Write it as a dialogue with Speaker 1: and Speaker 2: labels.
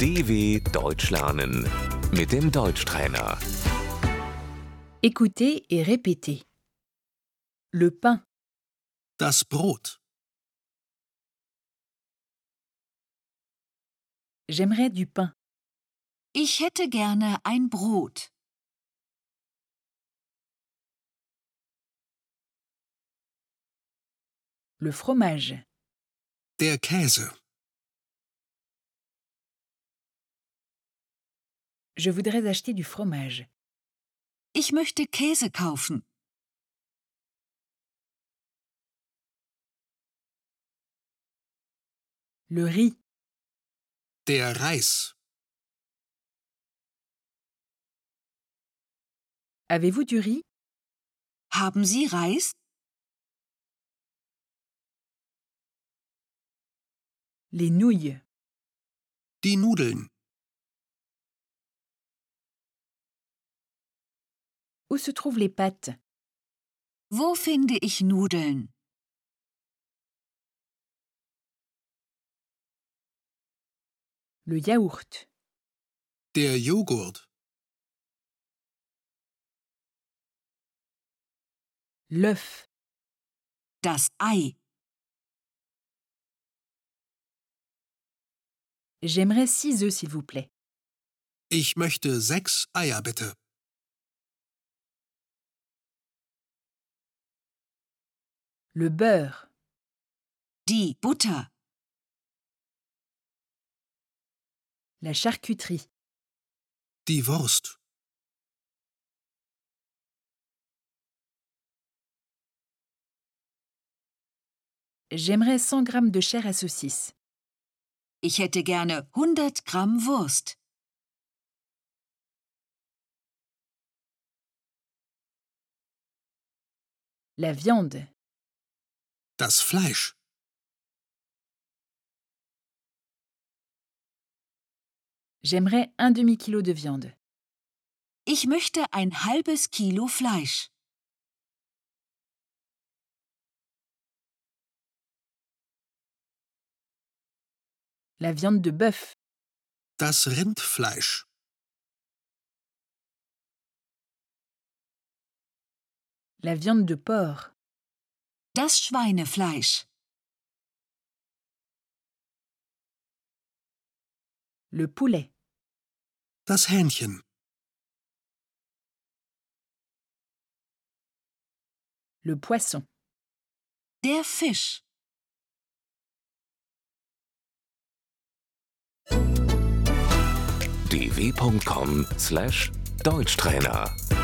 Speaker 1: DW Deutsch lernen mit dem Deutschtrainer.
Speaker 2: Écoutez et répétez. Le pain,
Speaker 3: Das Brot.
Speaker 2: j'aimerais du pain,
Speaker 4: Ich hätte gerne ein Brot.
Speaker 2: le fromage,
Speaker 3: Der Käse.
Speaker 2: je voudrais acheter du fromage,
Speaker 4: Ich möchte Käse kaufen.
Speaker 2: le riz,
Speaker 3: Der Reis.
Speaker 2: avez-vous du riz,
Speaker 4: Haben Sie Reis?
Speaker 2: les nouilles,
Speaker 3: Die Nudeln.
Speaker 2: où se trouvent les pâtes,
Speaker 4: Wo finde ich Nudeln?
Speaker 2: le yaourt,
Speaker 3: Der Joghurt.
Speaker 2: l'œuf,
Speaker 4: Das Ei.
Speaker 2: j'aimerais six œufs s'il vous plaît,
Speaker 3: Ich möchte sechs Eier bitte.
Speaker 2: le beurre,
Speaker 4: Die Butter.
Speaker 2: la charcuterie,
Speaker 3: Die Wurst.
Speaker 2: j'aimerais 100 g de chair à saucisse,
Speaker 4: Ich hätte gerne 100 Gramm Wurst.
Speaker 2: la viande,
Speaker 3: Das Fleisch.
Speaker 2: j'aimerais un demi-kilo de viande,
Speaker 4: Ich möchte ein halbes Kilo Fleisch.
Speaker 2: la viande de bœuf,
Speaker 3: Das Rindfleisch.
Speaker 2: la viande de porc,
Speaker 4: Das Schweinefleisch.
Speaker 2: le poulet,
Speaker 3: Das Hähnchen.
Speaker 2: le poisson,
Speaker 4: Der Fisch.
Speaker 1: dw.com/deutschtrainer